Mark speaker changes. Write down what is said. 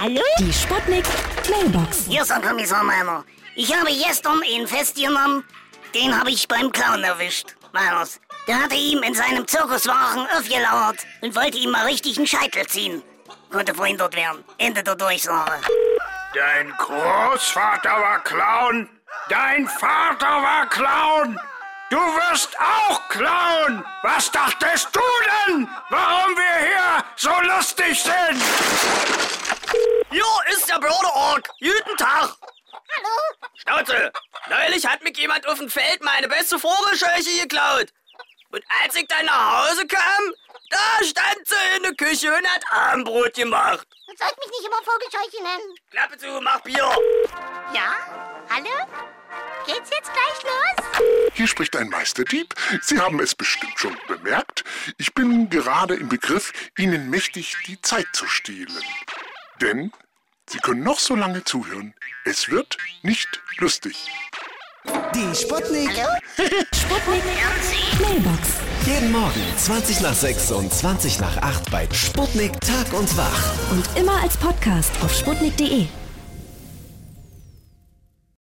Speaker 1: Hallo?
Speaker 2: Die Sputnik Mailbox.
Speaker 3: Hier ist ein Kommissar Meiner. Ich habe gestern ihn festgenommen. Den habe ich beim Clown erwischt, Meiners. Der hatte ihm in seinem Zirkuswagen aufgelauert und wollte ihm mal richtig einen Scheitel ziehen. Konnte verhindert werden. Ende der Durchsage.
Speaker 4: Dein Großvater war Clown. Dein Vater war Clown. Du wirst auch Clown. Was dachtest du denn, warum wir hier so lustig sind?
Speaker 5: Hier ist der Bruderorg. Guten Tag.
Speaker 6: Hallo?
Speaker 5: Schnauze. Neulich hat mich jemand auf dem Feld meine beste Vogelscheuche geklaut. Und als ich dann nach Hause kam, da stand sie in der Küche und hat Abendbrot gemacht.
Speaker 6: Du sollst mich nicht immer Vogelscheuche nennen.
Speaker 5: Klappe zu, mach Bier.
Speaker 6: Ja? Hallo? Geht's jetzt gleich los?
Speaker 7: Hier spricht ein Meisterdieb. Sie haben es bestimmt schon bemerkt. Ich bin gerade im Begriff, Ihnen mächtig die Zeit zu stehlen. Denn Sie können noch so lange zuhören. Es wird nicht lustig.
Speaker 8: Die Sputnik.
Speaker 2: Sputnik Mailbox.
Speaker 8: Jeden Morgen 20 nach 6 und 20 nach 8 bei Sputnik Tag und Wach.
Speaker 2: Und immer als Podcast auf sputnik.de.